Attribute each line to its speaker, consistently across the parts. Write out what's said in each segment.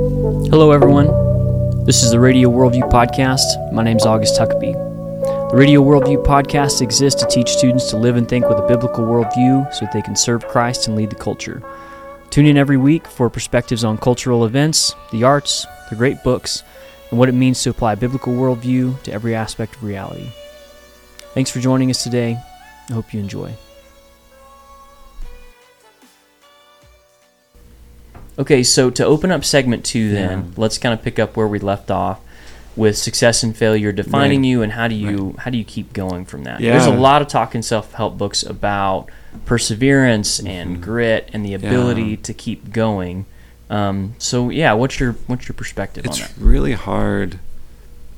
Speaker 1: Hello, everyone. This is the Radio Worldview Podcast. My name is August Huckabee. The Radio Worldview Podcast exists to teach students to live and think with a biblical worldview so that they can serve Christ and lead the culture. Tune in every week for perspectives on cultural events, the arts, the great books, and what it means to apply biblical worldview to every aspect of reality. Thanks for joining us today. I hope you enjoy. Okay, so to open up segment two, then
Speaker 2: Yeah.
Speaker 1: let's kind of pick up where we left off with success and failure defining
Speaker 2: Right.
Speaker 1: you, and how do you how do you keep going from that?
Speaker 2: Yeah.
Speaker 1: There's a lot of talk in self help books about perseverance
Speaker 2: Mm-hmm.
Speaker 1: and grit and the ability to keep going. Um, so yeah, what's your what's your perspective
Speaker 2: It's
Speaker 1: on that?
Speaker 2: really hard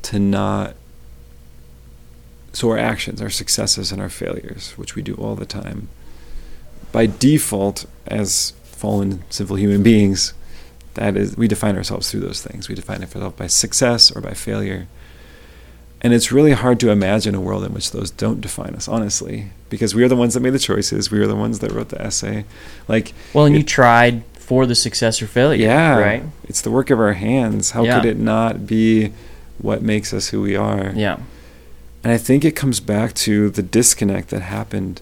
Speaker 2: to not. So, our actions, our successes, and our failures, which we do all the time, by default, as fallen, sinful human beings, that is, we define ourselves through those things. We define ourselves by success or by failure. And it's really hard to imagine a world in which those don't define us, honestly, because we are the ones that made the choices. We are the ones that wrote the essay. Like,
Speaker 1: Well, and you
Speaker 2: it-
Speaker 1: tried for the success or failure,
Speaker 2: yeah.
Speaker 1: right?
Speaker 2: It's the work of our hands. How
Speaker 1: Yeah.
Speaker 2: could it not be what makes us who we are?
Speaker 1: Yeah,
Speaker 2: And I think it comes back to the disconnect that happened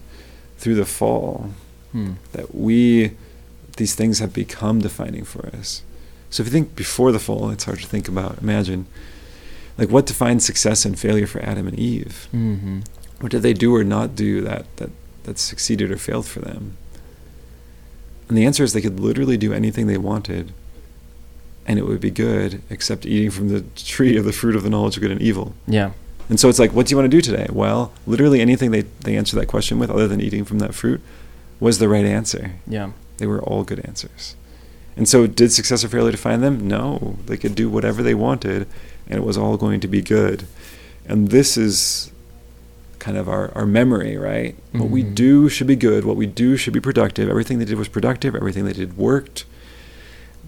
Speaker 2: through the fall
Speaker 1: hmm.
Speaker 2: that we, these things have become defining for us. So if you think before the fall, it's hard to think about, imagine. Like what defines success and failure for Adam and Eve?
Speaker 1: hmm
Speaker 2: What did they do or not do that, that, that succeeded or failed for them? And the answer is they could literally do anything they wanted and it would be good, except eating from the tree of the fruit of the knowledge of good and evil.
Speaker 1: yeah,
Speaker 2: And so it's like, what do you want to do today? Well, literally anything they, they answered that question with, other than eating from that fruit, was the right answer.
Speaker 1: yeah,
Speaker 2: They were all good answers. And so, did success or failure define them? No. They could do whatever they wanted, and it was all going to be good. And this is kind of our, our memory, right? What we
Speaker 1: Mhm.
Speaker 2: do should be good. What we do should be productive. Everything they did was productive. Everything they did worked.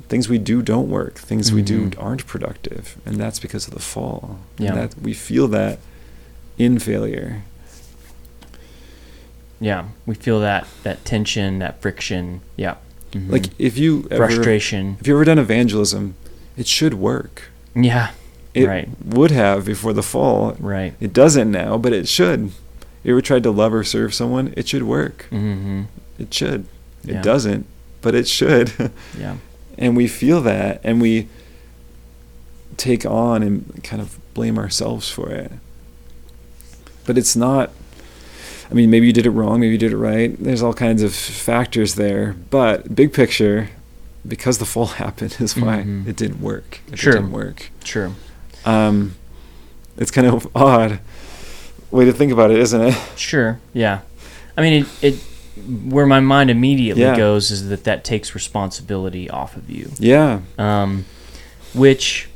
Speaker 2: Things we do don't work. Things we do
Speaker 1: Mhm.
Speaker 2: aren't productive. And that's because of the fall.
Speaker 1: Yeah.
Speaker 2: And that, we feel that in failure.
Speaker 1: yeah. We feel that that tension, that friction. Yeah, Mhm.
Speaker 2: Like, if you Mm-hmm. ever,
Speaker 1: frustration.
Speaker 2: if you've ever done evangelism, it should work.
Speaker 1: Yeah,
Speaker 2: It
Speaker 1: Right.
Speaker 2: would have before the fall.
Speaker 1: right.
Speaker 2: It doesn't now, but it should. You ever tried to love or serve someone? It should work.
Speaker 1: hmm
Speaker 2: It should. It
Speaker 1: Yeah.
Speaker 2: doesn't, but it should.
Speaker 1: Yeah,
Speaker 2: and we feel that and we take on and kind of blame ourselves for it. But it's not I mean, maybe you did it wrong, maybe you did it right. There's all kinds of factors there, but big picture, because the fall happened is why
Speaker 1: Mhm.
Speaker 2: it didn't work. It
Speaker 1: Sure.
Speaker 2: didn't work.
Speaker 1: true.
Speaker 2: Um, it's kind of odd way to think about it, isn't it?
Speaker 1: Sure. Yeah. I mean, it, it where my mind immediately
Speaker 2: Yeah.
Speaker 1: goes is that that takes responsibility off of you,
Speaker 2: Yeah,
Speaker 1: um, which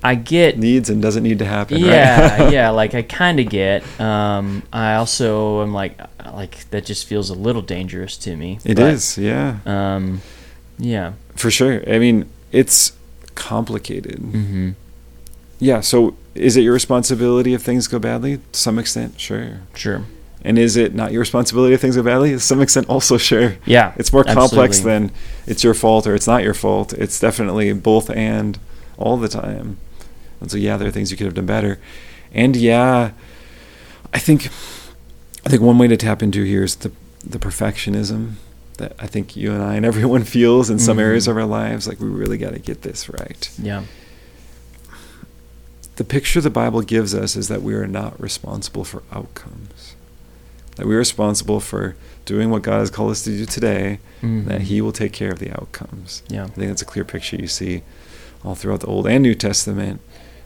Speaker 1: I get.
Speaker 2: needs and doesn't need to happen.
Speaker 1: Yeah,
Speaker 2: right?
Speaker 1: yeah. Like I kind of get. Um, I also am like, like that just feels a little dangerous to me.
Speaker 2: it
Speaker 1: but,
Speaker 2: is. Yeah,
Speaker 1: Um, yeah.
Speaker 2: for sure. I mean, it's complicated.
Speaker 1: Mm-hmm.
Speaker 2: Yeah. So, is it your responsibility if things go badly? To some extent, sure.
Speaker 1: Sure.
Speaker 2: And is it not your responsibility if things go badly? To some extent, also sure.
Speaker 1: Yeah.
Speaker 2: It's more complex
Speaker 1: absolutely.
Speaker 2: than it's your fault or it's not your fault. It's definitely both and all the time. And so yeah, there are things you could have done better. And yeah, I think I think one way to tap into here is the the perfectionism that I think you and I and everyone feels in some
Speaker 1: Mhm.
Speaker 2: areas of our lives. Like we really got to get this right.
Speaker 1: Yeah.
Speaker 2: The picture the Bible gives us is that we are not responsible for outcomes. That we are responsible for doing what God has called us to do today, that
Speaker 1: Mhm.
Speaker 2: He will take care of the outcomes.
Speaker 1: Yeah.
Speaker 2: I think that's a clear picture you see all throughout the Old and New Testament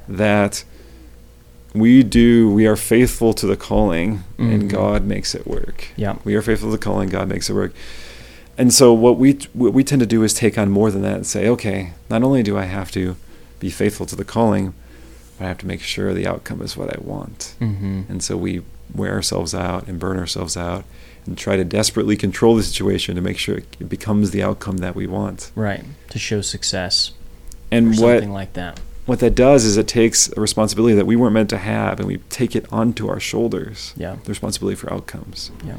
Speaker 2: that we do, we are faithful to the calling
Speaker 1: Mhm.
Speaker 2: and God makes it work.
Speaker 1: Yeah.
Speaker 2: We are faithful to the calling, God makes it work. And so what we what we tend to do is take on more than that and say, okay, not only do I have to be faithful to the calling, but I have to make sure the outcome is what I want.
Speaker 1: Mm-hmm.
Speaker 2: And so we wear ourselves out and burn ourselves out and try to desperately control the situation to make sure it becomes the outcome that we want.
Speaker 1: Right. To show success or
Speaker 2: And what
Speaker 1: something like that.
Speaker 2: what that does is it takes a responsibility that we weren't meant to have and we take it onto our shoulders.
Speaker 1: Yeah.
Speaker 2: The responsibility for outcomes.
Speaker 1: Yeah.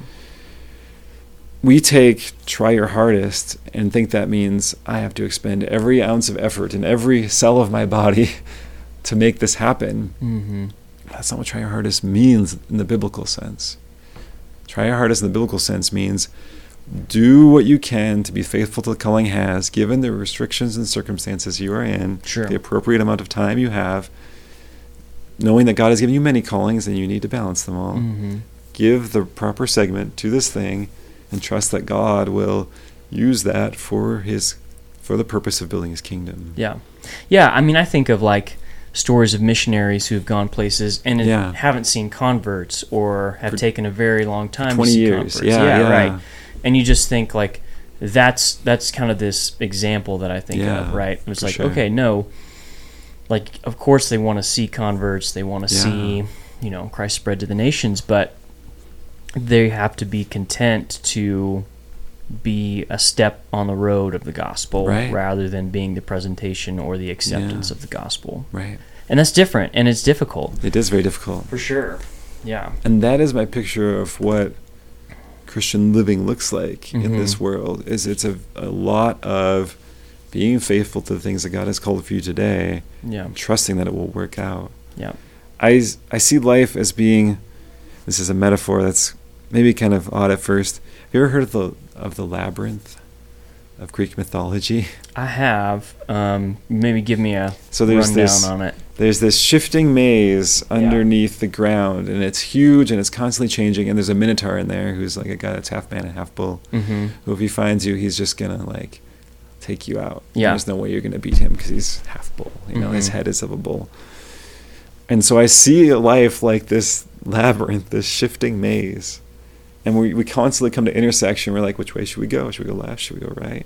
Speaker 2: we take try your hardest and think that means I have to expend every ounce of effort in every cell of my body to make this happen.
Speaker 1: Mm-hmm.
Speaker 2: That's not what try your hardest means in the biblical sense. Try your hardest in the biblical sense means do what you can to be faithful to the calling has, given the restrictions and circumstances you are in,
Speaker 1: Sure.
Speaker 2: the appropriate amount of time you have, knowing that God has given you many callings and you need to balance them all
Speaker 1: Mm-hmm.
Speaker 2: give the proper segment to this thing and trust that God will use that for his for the purpose of building his kingdom.
Speaker 1: Yeah. Yeah. I mean, I think of like stories of missionaries who've gone places and it-
Speaker 2: Yeah.
Speaker 1: haven't seen converts or have
Speaker 2: For
Speaker 1: taken a very long time.
Speaker 2: 20
Speaker 1: to see
Speaker 2: years.
Speaker 1: Converts.
Speaker 2: Yeah, yeah.
Speaker 1: Right. And you just think like that's that's kind of this example that I think
Speaker 2: Yeah,
Speaker 1: of. Right. It's
Speaker 2: for
Speaker 1: like
Speaker 2: sure.
Speaker 1: okay, no. Like of course they want to see converts. They want to
Speaker 2: Yeah.
Speaker 1: see you know Christ spread to the nations, but they have to be content to be a step on the road of the gospel
Speaker 2: Right.
Speaker 1: rather than being the presentation or the acceptance
Speaker 2: Yeah.
Speaker 1: of the gospel.
Speaker 2: Right.
Speaker 1: And that's different and it's difficult.
Speaker 2: It is very difficult.
Speaker 1: For sure. Yeah.
Speaker 2: And that is my picture of what Christian living looks like in
Speaker 1: Mhm.
Speaker 2: this world is it's a, a lot of being faithful to the things that God has called for you today
Speaker 1: Yeah.
Speaker 2: and trusting that it will work out.
Speaker 1: Yeah.
Speaker 2: I, s- I see life as being this is a metaphor that's maybe kind of odd at first. Have you ever heard of the of the labyrinth of Greek mythology?
Speaker 1: I have um maybe give me a
Speaker 2: So there's
Speaker 1: rundown
Speaker 2: this
Speaker 1: on it.
Speaker 2: there's this shifting maze underneath the ground and it's huge and it's constantly changing and there's a minotaur in there who's like a guy that's half man and half bull
Speaker 1: Mhm.
Speaker 2: who if he finds you he's just gonna like take you out
Speaker 1: Yeah.
Speaker 2: there's no way you're gonna beat him because he's half bull you know his
Speaker 1: Mhm.
Speaker 2: head is of a bull and so i see life like this labyrinth this shifting maze and we, we constantly come to intersection we're like which way should we go should we go left should we go right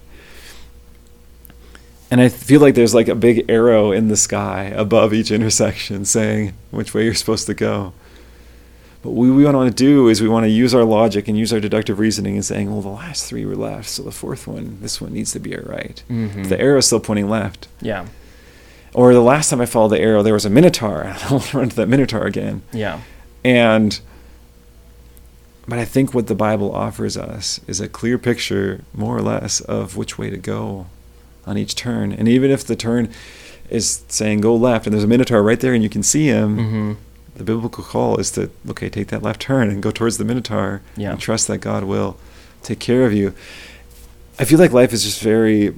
Speaker 2: and i feel like there's like a big arrow in the sky above each intersection saying which way you're supposed to go but what we want to do is we want to use our logic and use our deductive reasoning and saying, well, the last three were left, so the fourth one, this one needs to be a right.
Speaker 1: Mhm.
Speaker 2: The arrow's still pointing left.
Speaker 1: Yeah.
Speaker 2: Or the last time I followed the arrow, there was a minotaur. I don't want to run to that minotaur again.
Speaker 1: Yeah.
Speaker 2: And but I think what the Bible offers us is a clear picture, more or less, of which way to go on each turn. And even if the turn is saying go left and there's a minotaur right there and you can see him,
Speaker 1: Mhm.
Speaker 2: the biblical call is to okay take that left turn and go towards the minotaur
Speaker 1: Yeah.
Speaker 2: and trust that god will take care of you i feel like life is just very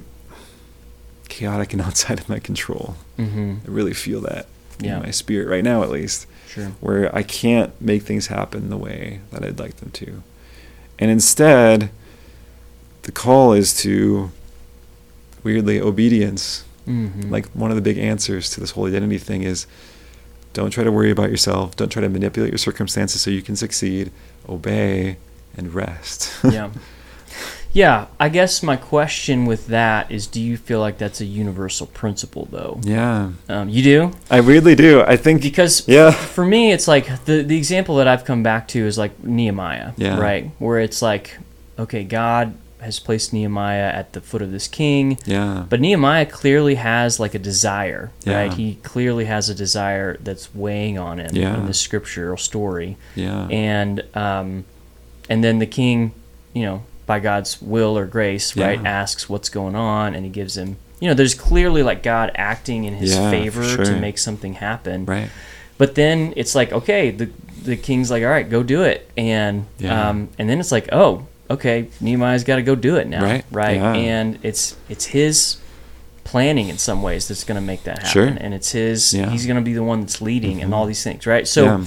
Speaker 2: chaotic and outside of my control
Speaker 1: Mhm.
Speaker 2: i really feel that
Speaker 1: Yeah.
Speaker 2: in my spirit right now at least
Speaker 1: Sure.
Speaker 2: where i can't make things happen the way that i'd like them to and instead the call is to weirdly obedience
Speaker 1: Mhm.
Speaker 2: like one of the big answers to this whole identity thing is don't try to worry about yourself. Don't try to manipulate your circumstances so you can succeed. Obey and rest.
Speaker 1: yeah. Yeah, I guess my question with that is do you feel like that's a universal principle though?
Speaker 2: yeah.
Speaker 1: Um, you do?
Speaker 2: I really do. I think
Speaker 1: Because
Speaker 2: yeah.
Speaker 1: for me it's like the the example that I've come back to is like Nehemiah,
Speaker 2: Yeah.
Speaker 1: right? Where it's like okay, God has placed Nehemiah at the foot of this king,
Speaker 2: Yeah.
Speaker 1: but Nehemiah clearly has like a desire, right?
Speaker 2: Yeah.
Speaker 1: He clearly has a desire that's weighing on him
Speaker 2: Yeah.
Speaker 1: in this scriptural story.
Speaker 2: Yeah.
Speaker 1: And um and then the king, you know, by God's will or grace,
Speaker 2: Yeah.
Speaker 1: right, asks what's going on and he gives him you know, there's clearly like God acting in his
Speaker 2: Yeah, for
Speaker 1: favor to
Speaker 2: sure.
Speaker 1: make something happen.
Speaker 2: right.
Speaker 1: But then it's like, okay, the the king's like, all right, go do it, and
Speaker 2: Yeah.
Speaker 1: um, and then it's like, oh, okay, Nehemiah's got to go do it now,
Speaker 2: Right, yeah.
Speaker 1: And it's it's his planning in some ways that's going to make that happen,
Speaker 2: Sure.
Speaker 1: and it's his
Speaker 2: Yeah. Mm-hmm.
Speaker 1: he's going to be the one that's leading and all these things, right? So,
Speaker 2: Yeah.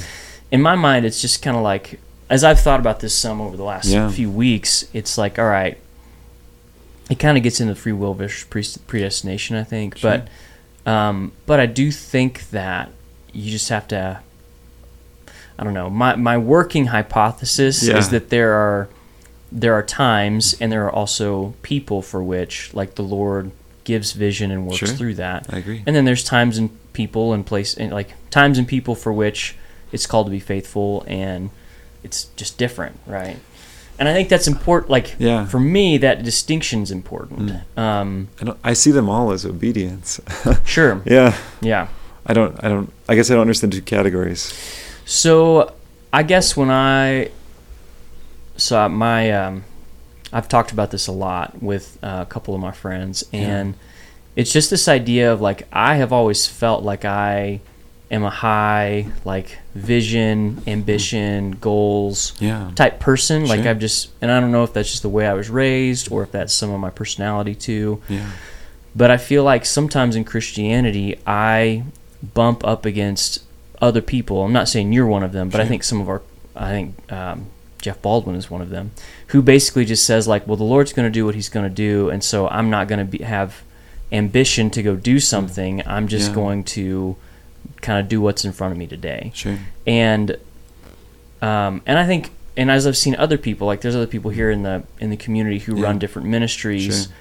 Speaker 1: in my mind, it's just kind of like as I've thought about this some over the last
Speaker 2: Yeah.
Speaker 1: few weeks, it's like, all right, it kind of gets into free will versus pre- predestination, I think.
Speaker 2: Sure.
Speaker 1: But um, but I do think that you just have to. I don't know. My my working hypothesis
Speaker 2: Yeah.
Speaker 1: is that there are there are times and there are also people for which like the Lord gives vision and works
Speaker 2: Sure.
Speaker 1: through that.
Speaker 2: I agree.
Speaker 1: And then there's times and people and place and like times and people for which it's called to be faithful and it's just different, right? And I think that's important. Like
Speaker 2: Yeah. Mm.
Speaker 1: for me, that distinction's important. Um,
Speaker 2: I don't I see them all as obedience.
Speaker 1: sure.
Speaker 2: yeah.
Speaker 1: Yeah.
Speaker 2: I don't I don't I guess I don't understand two categories.
Speaker 1: So I guess when I saw my um, I've talked about this a lot with uh, a couple of my friends, and it's just this idea of like I have always felt like I am a high like vision, ambition, goals
Speaker 2: Mm-hmm. Yeah.
Speaker 1: type person. Like
Speaker 2: Sure.
Speaker 1: I've just, and I don't know if that's just the way I was raised or if that's some of my personality too.
Speaker 2: Yeah.
Speaker 1: But I feel like sometimes in Christianity, I bump up against other people. I'm not saying you're one of them, but I
Speaker 2: Sure.
Speaker 1: think some of our, I think um, Jeff Baldwin is one of them, who basically just says like, well, the Lord's going to do what He's going to do, and so I'm not going to be, have ambition to go do something. I'm just
Speaker 2: Yeah.
Speaker 1: going to kind of do what's in front of me today
Speaker 2: Sure.
Speaker 1: and um, and I think and as I've seen other people like there's other people here in the in the community who
Speaker 2: Yeah.
Speaker 1: run different ministries
Speaker 2: Sure.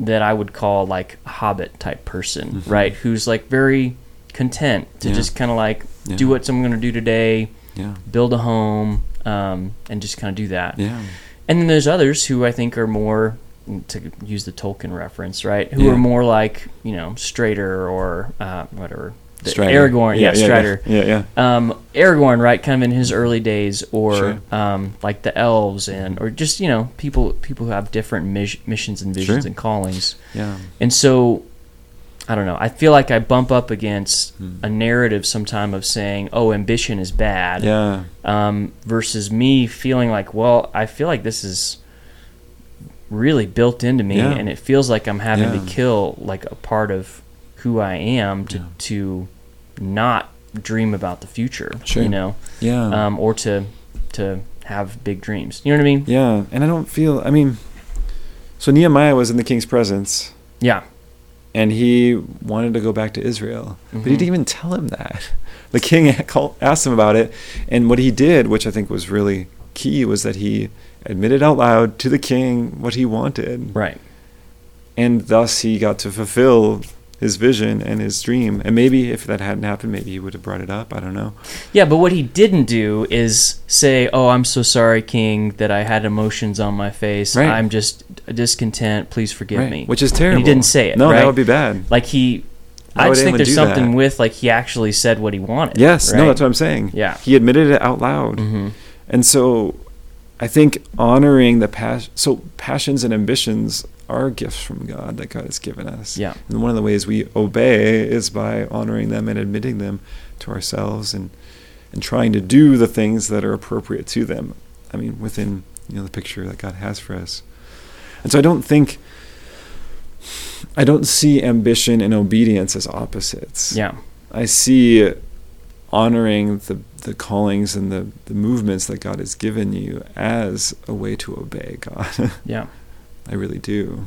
Speaker 1: that I would call like a hobbit type person right who's like very content to
Speaker 2: Mm-hmm. Yeah.
Speaker 1: just kind of like
Speaker 2: Yeah.
Speaker 1: do what I'm going to do today
Speaker 2: Yeah.
Speaker 1: build a home um, and just kind of do that
Speaker 2: Yeah.
Speaker 1: and then there's others who I think are more to use the Tolkien reference, right? Who
Speaker 2: Yeah.
Speaker 1: are more like you know Strader or uh, whatever the
Speaker 2: Strider.
Speaker 1: Aragorn, yeah, Strider,
Speaker 2: Yeah. Yeah. yeah.
Speaker 1: um, Aragorn, right? Kind of in his early days, or
Speaker 2: Sure.
Speaker 1: um, like the elves, and or just you know people people who have different mis- missions and visions
Speaker 2: Sure.
Speaker 1: and callings.
Speaker 2: Yeah.
Speaker 1: And so, I don't know. I feel like I bump up against
Speaker 2: Hmm.
Speaker 1: a narrative sometime of saying, "Oh, ambition is bad,"
Speaker 2: Yeah.
Speaker 1: um, versus me feeling like, "Well, I feel like this is." really built into me
Speaker 2: Yeah.
Speaker 1: and it feels like I'm having
Speaker 2: Yeah.
Speaker 1: to kill like a part of who I am to
Speaker 2: Yeah.
Speaker 1: to not dream about the future
Speaker 2: Sure.
Speaker 1: you know
Speaker 2: Yeah.
Speaker 1: um, or to to have big dreams. You know what I mean?
Speaker 2: Yeah, and I don't feel. I mean, so Nehemiah was in the king's presence,
Speaker 1: Yeah.
Speaker 2: and he wanted to go back to Israel, but he
Speaker 1: Mhm.
Speaker 2: didn't even tell him that. The king called- asked him about it, and what he did, which I think was really key, was that he admitted out loud to the king what he wanted,
Speaker 1: Right.
Speaker 2: and thus he got to fulfill his vision and his dream. And maybe if that hadn't happened, maybe he would have brought it up. I don't know.
Speaker 1: Yeah, but what he didn't do is say, "Oh, I'm so sorry, King, that I had emotions on my face.
Speaker 2: Right.
Speaker 1: I'm just discontent. Please forgive
Speaker 2: Right.
Speaker 1: me."
Speaker 2: Which is terrible.
Speaker 1: And he didn't say it.
Speaker 2: No,
Speaker 1: right?
Speaker 2: that would be bad.
Speaker 1: like he.
Speaker 2: Why
Speaker 1: I
Speaker 2: would
Speaker 1: just think
Speaker 2: anyone
Speaker 1: there's
Speaker 2: do
Speaker 1: something
Speaker 2: that?
Speaker 1: with like he actually said what he wanted.
Speaker 2: Yes, no,
Speaker 1: right?
Speaker 2: that's what I'm saying.
Speaker 1: Yeah.
Speaker 2: He admitted it out loud.
Speaker 1: Mhm.
Speaker 2: And so I think honoring the passion, so passions and ambitions are gifts from God that God has given us.
Speaker 1: Yeah.
Speaker 2: And one of the ways we obey is by honoring them and admitting them to ourselves and, and trying to do the things that are appropriate to them. I mean, within, you know, the picture that God has for us. And so I don't think, I don't see ambition and obedience as opposites.
Speaker 1: Yeah.
Speaker 2: I see honoring the, the callings and the, the movements that God has given you as a way to obey God.
Speaker 1: Yeah.
Speaker 2: I really do.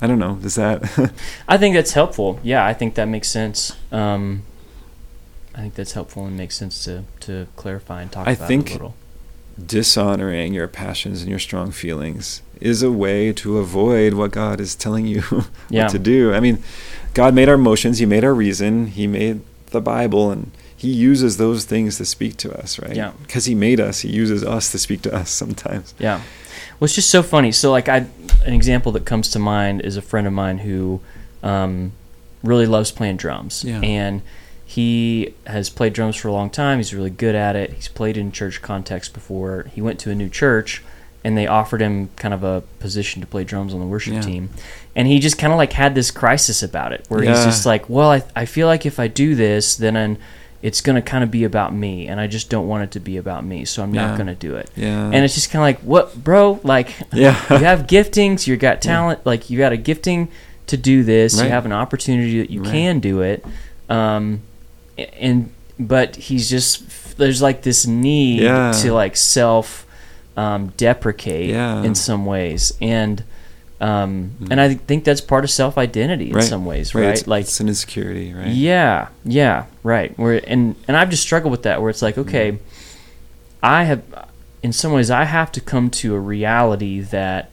Speaker 2: I don't know. Does that?
Speaker 1: I think that's helpful. Yeah, I think that makes sense. Um, I think that's helpful and makes sense to to clarify and talk
Speaker 2: I
Speaker 1: about
Speaker 2: think-
Speaker 1: it a little.
Speaker 2: Dishonoring your passions and your strong feelings is a way to avoid what God is telling you what
Speaker 1: Yeah.
Speaker 2: to do. I mean, God made our emotions, He made our reason, He made the Bible, and He uses those things to speak to us, right?
Speaker 1: Yeah.
Speaker 2: Because He made us, He uses us to speak to us sometimes.
Speaker 1: Yeah. Well, it's just so funny. So, like, I an example that comes to mind is a friend of mine who um, really loves playing drums,
Speaker 2: Yeah.
Speaker 1: and he has played drums for a long time. He's really good at it. He's played in church context before. He went to a new church, and they offered him kind of a position to play drums on the worship
Speaker 2: Yeah.
Speaker 1: team, and he just kind of like had this crisis about it, where he's
Speaker 2: Yeah.
Speaker 1: just like, "Well, I I feel like if I do this, then." i it's going to kind of be about me, and I just don't want it to be about me, so I'm
Speaker 2: Yeah.
Speaker 1: not going to do it
Speaker 2: Yeah.
Speaker 1: and it's just kind of like what bro like you
Speaker 2: yeah.
Speaker 1: have giftings you got talent like you got a gifting to do this
Speaker 2: Right.
Speaker 1: you have an opportunity that you
Speaker 2: Right.
Speaker 1: can do it um a- and but he's just there's like this need
Speaker 2: Yeah.
Speaker 1: to like self um deprecate
Speaker 2: Yeah.
Speaker 1: in some ways and um and i think that's part of self identity in
Speaker 2: Mm-hmm. Right.
Speaker 1: some ways
Speaker 2: Right.
Speaker 1: right,
Speaker 2: It's,
Speaker 1: like
Speaker 2: it's an insecurity, right?
Speaker 1: yeah, yeah, right. Where and and I've just struggled with that. Where it's
Speaker 2: Mm-hmm.
Speaker 1: like, okay, I have, in some ways, I have to come to a reality that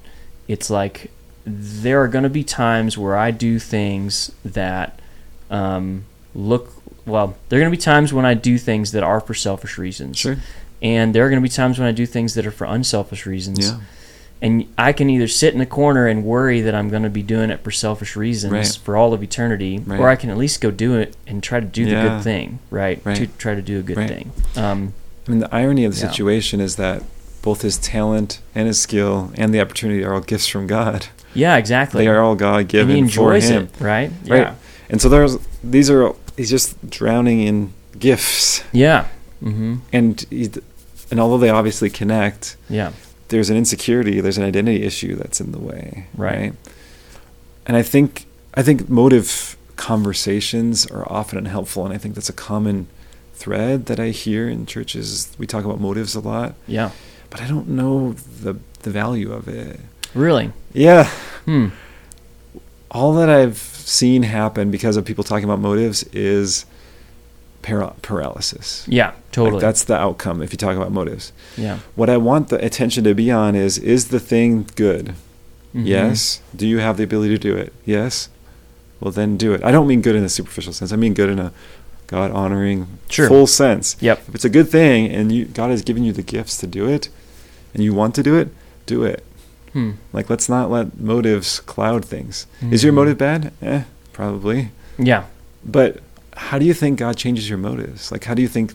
Speaker 1: it's like there are going to be times where I do things that um, look well. There are going to be times when I do things that are for selfish reasons,
Speaker 2: Sure.
Speaker 1: and there are going to be times when I do things that are for unselfish reasons.
Speaker 2: Yeah.
Speaker 1: And I can either sit in the corner and worry that I'm going to be doing it for selfish reasons
Speaker 2: Right.
Speaker 1: for all of eternity,
Speaker 2: Right.
Speaker 1: or I can at least go do it and try to do the
Speaker 2: Yeah.
Speaker 1: good thing, right?
Speaker 2: Right.
Speaker 1: To try to do a good
Speaker 2: Right.
Speaker 1: thing. Um,
Speaker 2: I mean, the irony of the
Speaker 1: Yeah.
Speaker 2: situation is that both his talent and his skill and the opportunity are all gifts from God.
Speaker 1: Yeah, exactly.
Speaker 2: They are all God
Speaker 1: and he
Speaker 2: given for
Speaker 1: enjoys
Speaker 2: him.
Speaker 1: it, right? Yeah.
Speaker 2: Right. And so there's these are he's just drowning in gifts,
Speaker 1: Yeah. Mm-hmm.
Speaker 2: and he, and although they obviously connect,
Speaker 1: Yeah.
Speaker 2: there's an insecurity, there's an identity issue that's in the way,
Speaker 1: Right.
Speaker 2: And I think I think motive conversations are often unhelpful, and I think that's a common thread that I hear in churches. We talk about motives a lot,
Speaker 1: Yeah.
Speaker 2: but I don't know the the value of it.
Speaker 1: Really.
Speaker 2: Yeah,
Speaker 1: Hmm.
Speaker 2: all that I've seen happen because of people talking about motives is para- paralysis.
Speaker 1: Yeah.
Speaker 2: Like,
Speaker 1: Totally.
Speaker 2: that's the outcome if you talk about motives.
Speaker 1: yeah.
Speaker 2: What I want the attention to be on is is the thing good?
Speaker 1: Mhm.
Speaker 2: Yes. Do you have the ability to do it? Yes. Well, then do it. I don't mean good in a superficial sense. I mean good in a God honoring
Speaker 1: Sure.
Speaker 2: full sense.
Speaker 1: Yep.
Speaker 2: If it's a good thing and you, God has given you the gifts to do it and you want to do it, do it.
Speaker 1: Hmm.
Speaker 2: Like, let's not let motives cloud things. Is your
Speaker 1: Mhm.
Speaker 2: motive bad? Eh, probably.
Speaker 1: Yeah.
Speaker 2: But how do you think God changes your motives? Like, how do you think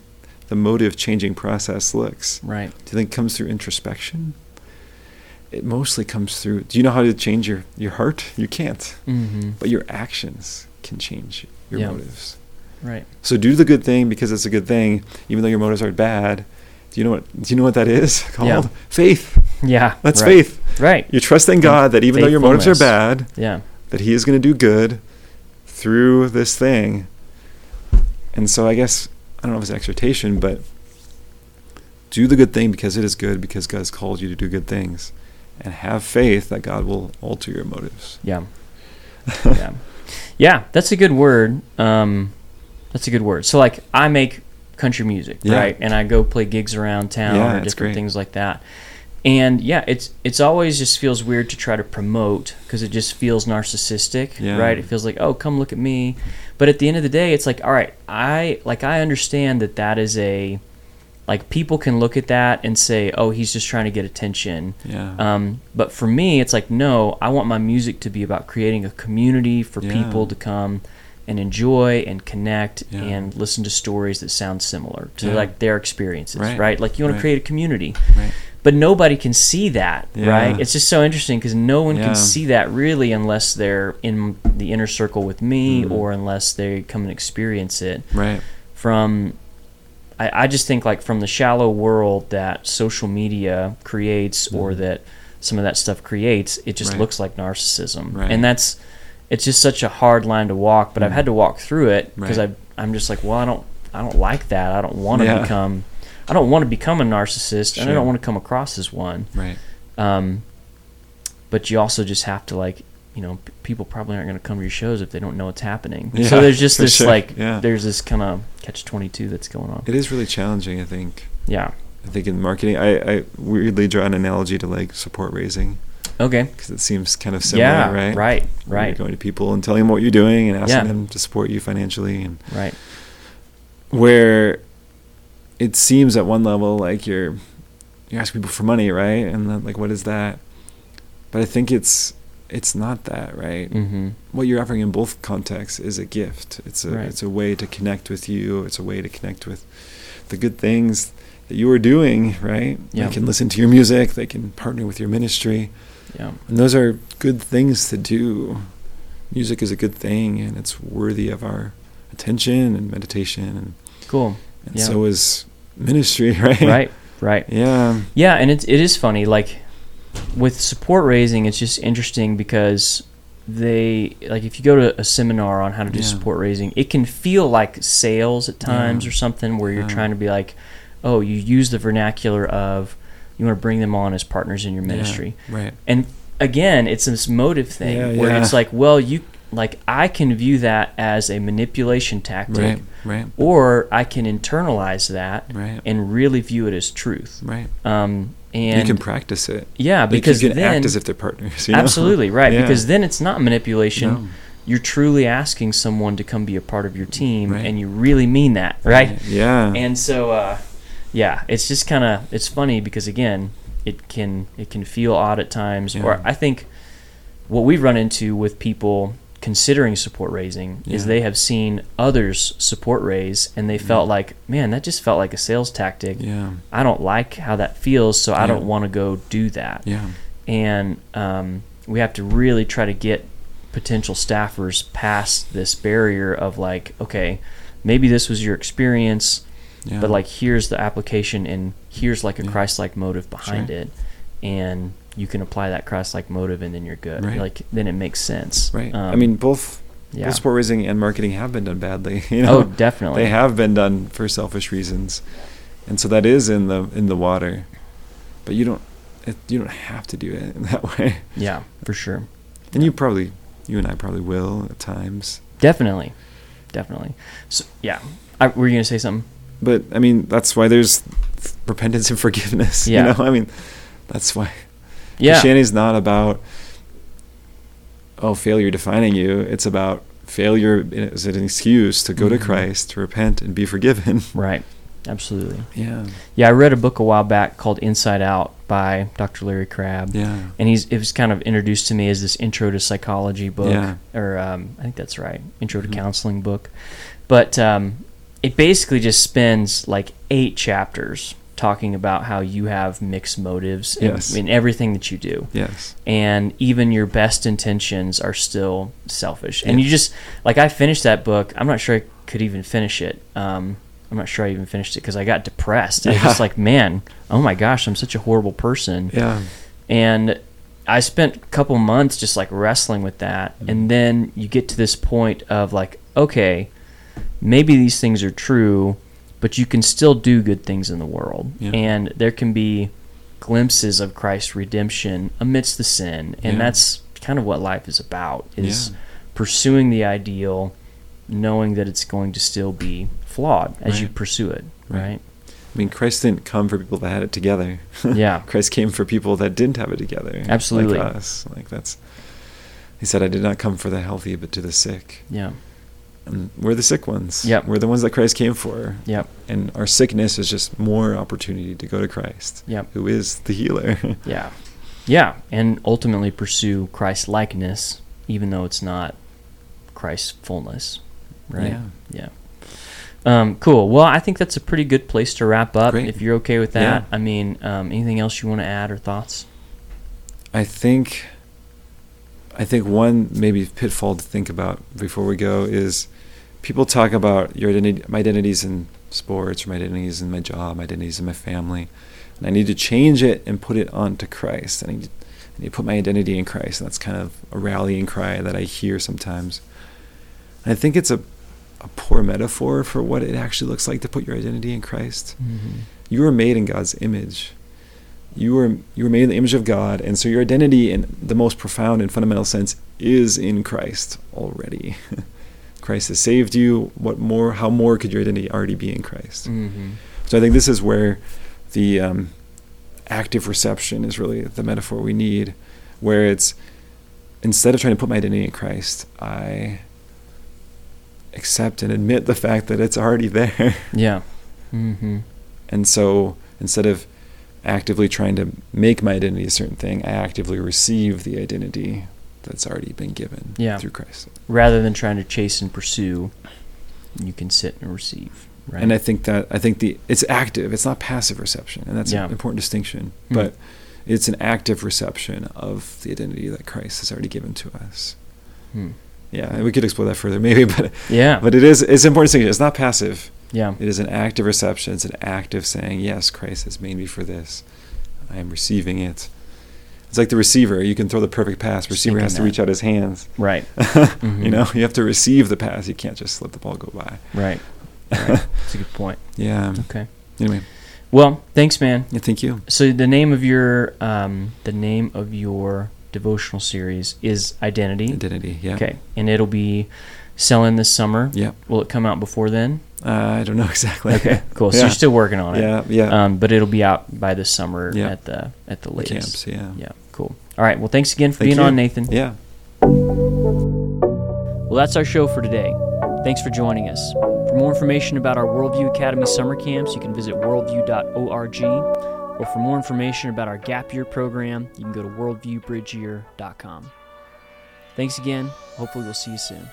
Speaker 2: the motive changing process looks?
Speaker 1: Right.
Speaker 2: Do you think it comes through introspection? It mostly comes through. Do you know how to change your, your heart? You can't.
Speaker 1: Mm-hmm.
Speaker 2: But your actions can change your
Speaker 1: Yeah.
Speaker 2: motives.
Speaker 1: Right.
Speaker 2: So do the good thing because it's a good thing, even though your motives are bad. Do you know what? Do you know what that is called?
Speaker 1: Yeah.
Speaker 2: Faith.
Speaker 1: Yeah.
Speaker 2: That's
Speaker 1: right.
Speaker 2: faith.
Speaker 1: Right.
Speaker 2: You're trusting God that even though your motives are
Speaker 1: Faithfulness.
Speaker 2: bad,
Speaker 1: Yeah.
Speaker 2: that he is going to do good through this thing. And so I guess I don't know if it's an exhortation, but do the good thing because it is good because God has called you to do good things and have faith that God will alter your motives.
Speaker 1: Yeah. yeah. Yeah. That's a good word. Um, that's a good word. So, like, I make country music,
Speaker 2: Yeah.
Speaker 1: right? And I go play gigs around town
Speaker 2: Yeah,
Speaker 1: or
Speaker 2: that's
Speaker 1: different
Speaker 2: great.
Speaker 1: things like that. And yeah, it's it's always just feels weird to try to promote because it just feels narcissistic,
Speaker 2: Yeah.
Speaker 1: right? It feels like, oh, come look at me. But at the end of the day, it's like, all right, I like I understand that that is a like people can look at that and say, oh, he's just trying to get attention.
Speaker 2: Yeah.
Speaker 1: Um, but for me, it's like, no, I want my music to be about creating a community for
Speaker 2: Yeah.
Speaker 1: people to come and enjoy and connect
Speaker 2: Yeah.
Speaker 1: and listen to stories that sound similar to
Speaker 2: Yeah.
Speaker 1: like their experiences, right?
Speaker 2: Right.
Speaker 1: Like you want to
Speaker 2: Right.
Speaker 1: create a community,
Speaker 2: Right.
Speaker 1: but nobody can see that,
Speaker 2: Yeah.
Speaker 1: right? It's just so interesting because no one
Speaker 2: Yeah.
Speaker 1: can see that really unless they're in the inner circle with me
Speaker 2: Hmm.
Speaker 1: or unless they come and experience it
Speaker 2: Right.
Speaker 1: from I, I just think like from the shallow world that social media creates or that some of that stuff creates it just
Speaker 2: Mm-hmm. Right.
Speaker 1: looks like narcissism
Speaker 2: Right. Mm.
Speaker 1: and that's it's just such a hard line to walk but i've had to walk through it because
Speaker 2: Right.
Speaker 1: i i'm just like well i don't i don't like that i don't want to
Speaker 2: Yeah.
Speaker 1: become i don't want to become a narcissist and i
Speaker 2: Sure.
Speaker 1: don't want to come across as one
Speaker 2: Right.
Speaker 1: um, but you also just have to like, you know, p- people probably aren't going to come to your shows if they don't know what's happening. so
Speaker 2: Yeah,
Speaker 1: there's just
Speaker 2: for
Speaker 1: this
Speaker 2: sure.
Speaker 1: like,
Speaker 2: Yeah.
Speaker 1: there's this kind of catch twenty two that's going on.
Speaker 2: It is really challenging, I think.
Speaker 1: Yeah.
Speaker 2: I think in marketing, I, I weirdly draw an analogy to like support raising
Speaker 1: Okay.
Speaker 2: because it seems kind of similar,
Speaker 1: yeah.
Speaker 2: right?
Speaker 1: Right.
Speaker 2: Where You're
Speaker 1: Right.
Speaker 2: going to people and telling them what you're doing and asking
Speaker 1: Yeah.
Speaker 2: them to support you financially and
Speaker 1: Right.
Speaker 2: where it seems at one level like you're you're asking people for money, right? And then like what is that? But I think it's it's not that, right?
Speaker 1: Mm-hmm.
Speaker 2: What you're offering in both contexts is a gift. It's a
Speaker 1: Right.
Speaker 2: it's a way to connect with you. It's a way to connect with the good things that you are doing, right?
Speaker 1: Yeah.
Speaker 2: They can listen to your music, they can partner with your ministry.
Speaker 1: Yeah.
Speaker 2: And those are good things to do. Music is a good thing and it's worthy of our attention and meditation and
Speaker 1: Cool.
Speaker 2: and
Speaker 1: Yeah.
Speaker 2: so is ministry, right?
Speaker 1: right. Right.
Speaker 2: Yeah.
Speaker 1: Yeah, and it's it is funny. Like with support raising, it's just interesting because they like if you go to a seminar on how to do
Speaker 2: Yeah.
Speaker 1: support raising, it can feel like sales at times
Speaker 2: Yeah.
Speaker 1: or something where you're
Speaker 2: Yeah.
Speaker 1: trying to be like, oh, you use the vernacular of you want to bring them on as partners in your ministry,
Speaker 2: Right.
Speaker 1: and again, it's this motive thing
Speaker 2: Yeah,
Speaker 1: where
Speaker 2: yeah.
Speaker 1: it's like, well, you like I can view that as a manipulation tactic,
Speaker 2: Right. Right.
Speaker 1: or I can internalize that
Speaker 2: Right.
Speaker 1: and really view it as truth.
Speaker 2: Right.
Speaker 1: Um, and
Speaker 2: you can practice it.
Speaker 1: yeah,
Speaker 2: Like,
Speaker 1: because
Speaker 2: you can
Speaker 1: then
Speaker 2: act as if they're partners. You know?
Speaker 1: absolutely right.
Speaker 2: Yeah.
Speaker 1: Because then it's not manipulation.
Speaker 2: No.
Speaker 1: You're truly asking someone to come be a part of your team,
Speaker 2: Right.
Speaker 1: and you really mean that, right?
Speaker 2: Yeah.
Speaker 1: And so, uh, yeah, it's just kind of it's funny because again, it can it can feel odd at times.
Speaker 2: Yeah.
Speaker 1: Or I think what we've run into with people considering support raising is
Speaker 2: Yeah.
Speaker 1: they have seen others support raise and they felt like, man, that just felt like a sales tactic.
Speaker 2: Yeah.
Speaker 1: I don't like how that feels, so I
Speaker 2: Yeah.
Speaker 1: don't want to go do that.
Speaker 2: Yeah.
Speaker 1: And um, we have to really try to get potential staffers past this barrier of like, okay, maybe this was your experience,
Speaker 2: Yeah.
Speaker 1: but like here's the application and here's like a
Speaker 2: Yeah.
Speaker 1: Christ-like motive behind
Speaker 2: Sure.
Speaker 1: it, and you can apply that Christ-like motive, and then you're good.
Speaker 2: Right.
Speaker 1: Like then it makes sense.
Speaker 2: right. I
Speaker 1: Um,
Speaker 2: mean, both,
Speaker 1: yeah.
Speaker 2: both sport raising and marketing have been done badly. You know,
Speaker 1: oh, definitely.
Speaker 2: they have been done for selfish reasons, and so that is in the in the water. But you don't it, you don't have to do it in that way.
Speaker 1: yeah, for sure.
Speaker 2: And you probably you and I probably will at times.
Speaker 1: Definitely, definitely. So yeah, I, were you gonna say something?
Speaker 2: But I mean, that's why there's f- repentance and forgiveness.
Speaker 1: Yeah.
Speaker 2: You know, I mean, that's why
Speaker 1: Yeah.
Speaker 2: Christianity's not about oh failure defining you. It's about failure is an excuse to go
Speaker 1: Mhm.
Speaker 2: to Christ to repent and be forgiven.
Speaker 1: Right. Absolutely.
Speaker 2: Yeah,
Speaker 1: Yeah, I read a book a while back called Inside Out by Dr. Larry Crabb.
Speaker 2: yeah,
Speaker 1: And he's it was kind of introduced to me as this intro to psychology book,
Speaker 2: Yeah.
Speaker 1: or um, I think that's right, intro to
Speaker 2: Mhm.
Speaker 1: counseling book. But um, it basically just spends like eight chapters talking about how you have mixed motives in-
Speaker 2: Yes.
Speaker 1: in everything that you do
Speaker 2: yes,
Speaker 1: and even your best intentions are still selfish. And
Speaker 2: Yeah.
Speaker 1: you just like I finished that book. I'm not sure I could even finish it. Um, I'm not sure I even finished it because I got depressed. I was just
Speaker 2: Yeah.
Speaker 1: like, man, oh my gosh, I'm such a horrible person.
Speaker 2: yeah,
Speaker 1: And I spent a couple months just like wrestling with that.
Speaker 2: Mm-hmm.
Speaker 1: And then you get to this point of like, okay, maybe these things are true, but you can still do good things in the world.
Speaker 2: Yeah.
Speaker 1: And there can be glimpses of Christ's redemption amidst the sin. And
Speaker 2: Yeah.
Speaker 1: that's kind of what life is about is
Speaker 2: Yeah.
Speaker 1: pursuing the ideal, knowing that it's going to still be flawed as you
Speaker 2: Right.
Speaker 1: pursue it. Right.
Speaker 2: Right. I mean, Christ didn't come for people that had it together.
Speaker 1: Yeah.
Speaker 2: Christ came for people that didn't have it together.
Speaker 1: Absolutely.
Speaker 2: Like us. Like that's He said, I did not come for the healthy but to the sick.
Speaker 1: Yeah.
Speaker 2: And we're the sick ones.
Speaker 1: Yep.
Speaker 2: We're the ones that Christ came for.
Speaker 1: Yep.
Speaker 2: And our sickness is just more opportunity to go to Christ.
Speaker 1: Yep.
Speaker 2: Who is the healer.
Speaker 1: Yeah. Yeah. And ultimately pursue Christ likeness, even though it's not Christ's fullness. Right?
Speaker 2: Yeah.
Speaker 1: Yeah. Um, cool. Well, I think that's a pretty good place to wrap up.
Speaker 2: Great.
Speaker 1: If you're okay with that,
Speaker 2: Yeah.
Speaker 1: I mean, um, anything else you want to add or thoughts?
Speaker 2: I think I think one maybe pitfall to think about before we go is people talk about your identity, my identities in sports, or my identities in my job, my identities in my family, and I need to change it and put it onto Christ. I need, to, I need to put my identity in Christ, and that's kind of a rallying cry that I hear sometimes. And I think it's a a poor metaphor for what it actually looks like to put your identity in Christ
Speaker 1: Mm-hmm.
Speaker 2: you were made in God's image. You were you were made in the image of God, and so your identity, in the most profound and fundamental sense, is in Christ already. Christ has saved you. What more? How more could your identity already be in Christ?
Speaker 1: Mm-hmm.
Speaker 2: So I think this is where the um, active reception is really the metaphor we need, where it's instead of trying to put my identity in Christ, I accept and admit the fact that it's already there.
Speaker 1: Yeah. Mm-hmm.
Speaker 2: And so instead of actively trying to make my identity a certain thing, I actively receive the identity that's already been given
Speaker 1: Yeah.
Speaker 2: through Christ.
Speaker 1: Rather than trying to chase and pursue, you can sit and receive. Right.
Speaker 2: And I think that I think the it's active, it's not passive reception, and that's
Speaker 1: Yeah.
Speaker 2: an important distinction.
Speaker 1: Hmm.
Speaker 2: But it's an active reception of the identity that Christ has already given to us.
Speaker 1: Hmm.
Speaker 2: Yeah, and we could explore that further maybe, but
Speaker 1: Yeah.
Speaker 2: but it is it's an important distinction. It's not passive.
Speaker 1: yeah.
Speaker 2: It is an active reception. It's an active saying, Yes, Christ has made me for this. I am receiving it. It's like the receiver. You can throw the perfect pass.
Speaker 1: Just
Speaker 2: Receiver has
Speaker 1: thinking
Speaker 2: to
Speaker 1: that.
Speaker 2: reach out his hands.
Speaker 1: Right. Mm-hmm.
Speaker 2: You know, you have to receive the pass. You can't just let the ball go by.
Speaker 1: Right. right. That's a good point.
Speaker 2: Yeah.
Speaker 1: Okay.
Speaker 2: Anyway,
Speaker 1: Well, thanks, man.
Speaker 2: yeah, thank you.
Speaker 1: So the name of your um, the name of your devotional series is Identity.
Speaker 2: Identity. Yeah.
Speaker 1: Okay, and it'll be selling this summer.
Speaker 2: Yeah.
Speaker 1: Will it come out before then?
Speaker 2: Uh, I don't know exactly.
Speaker 1: Okay, cool. So
Speaker 2: Yeah.
Speaker 1: you're still working on it.
Speaker 2: yeah. Yeah.
Speaker 1: Um, but it'll be out by this summer
Speaker 2: Yeah.
Speaker 1: at the at the
Speaker 2: The
Speaker 1: latest.
Speaker 2: camps. Yeah.
Speaker 1: Yeah. Cool. All right. Well, thanks again for
Speaker 2: Thank
Speaker 1: being
Speaker 2: you.
Speaker 1: on, Nathan.
Speaker 2: Yeah.
Speaker 1: Well, that's our show for today. Thanks for joining us. For more information about our Worldview Academy summer camps, you can visit worldview.org. Or for more information about our gap year program, you can go to worldviewbridgeyear.com. Thanks again. Hopefully, we'll see you soon.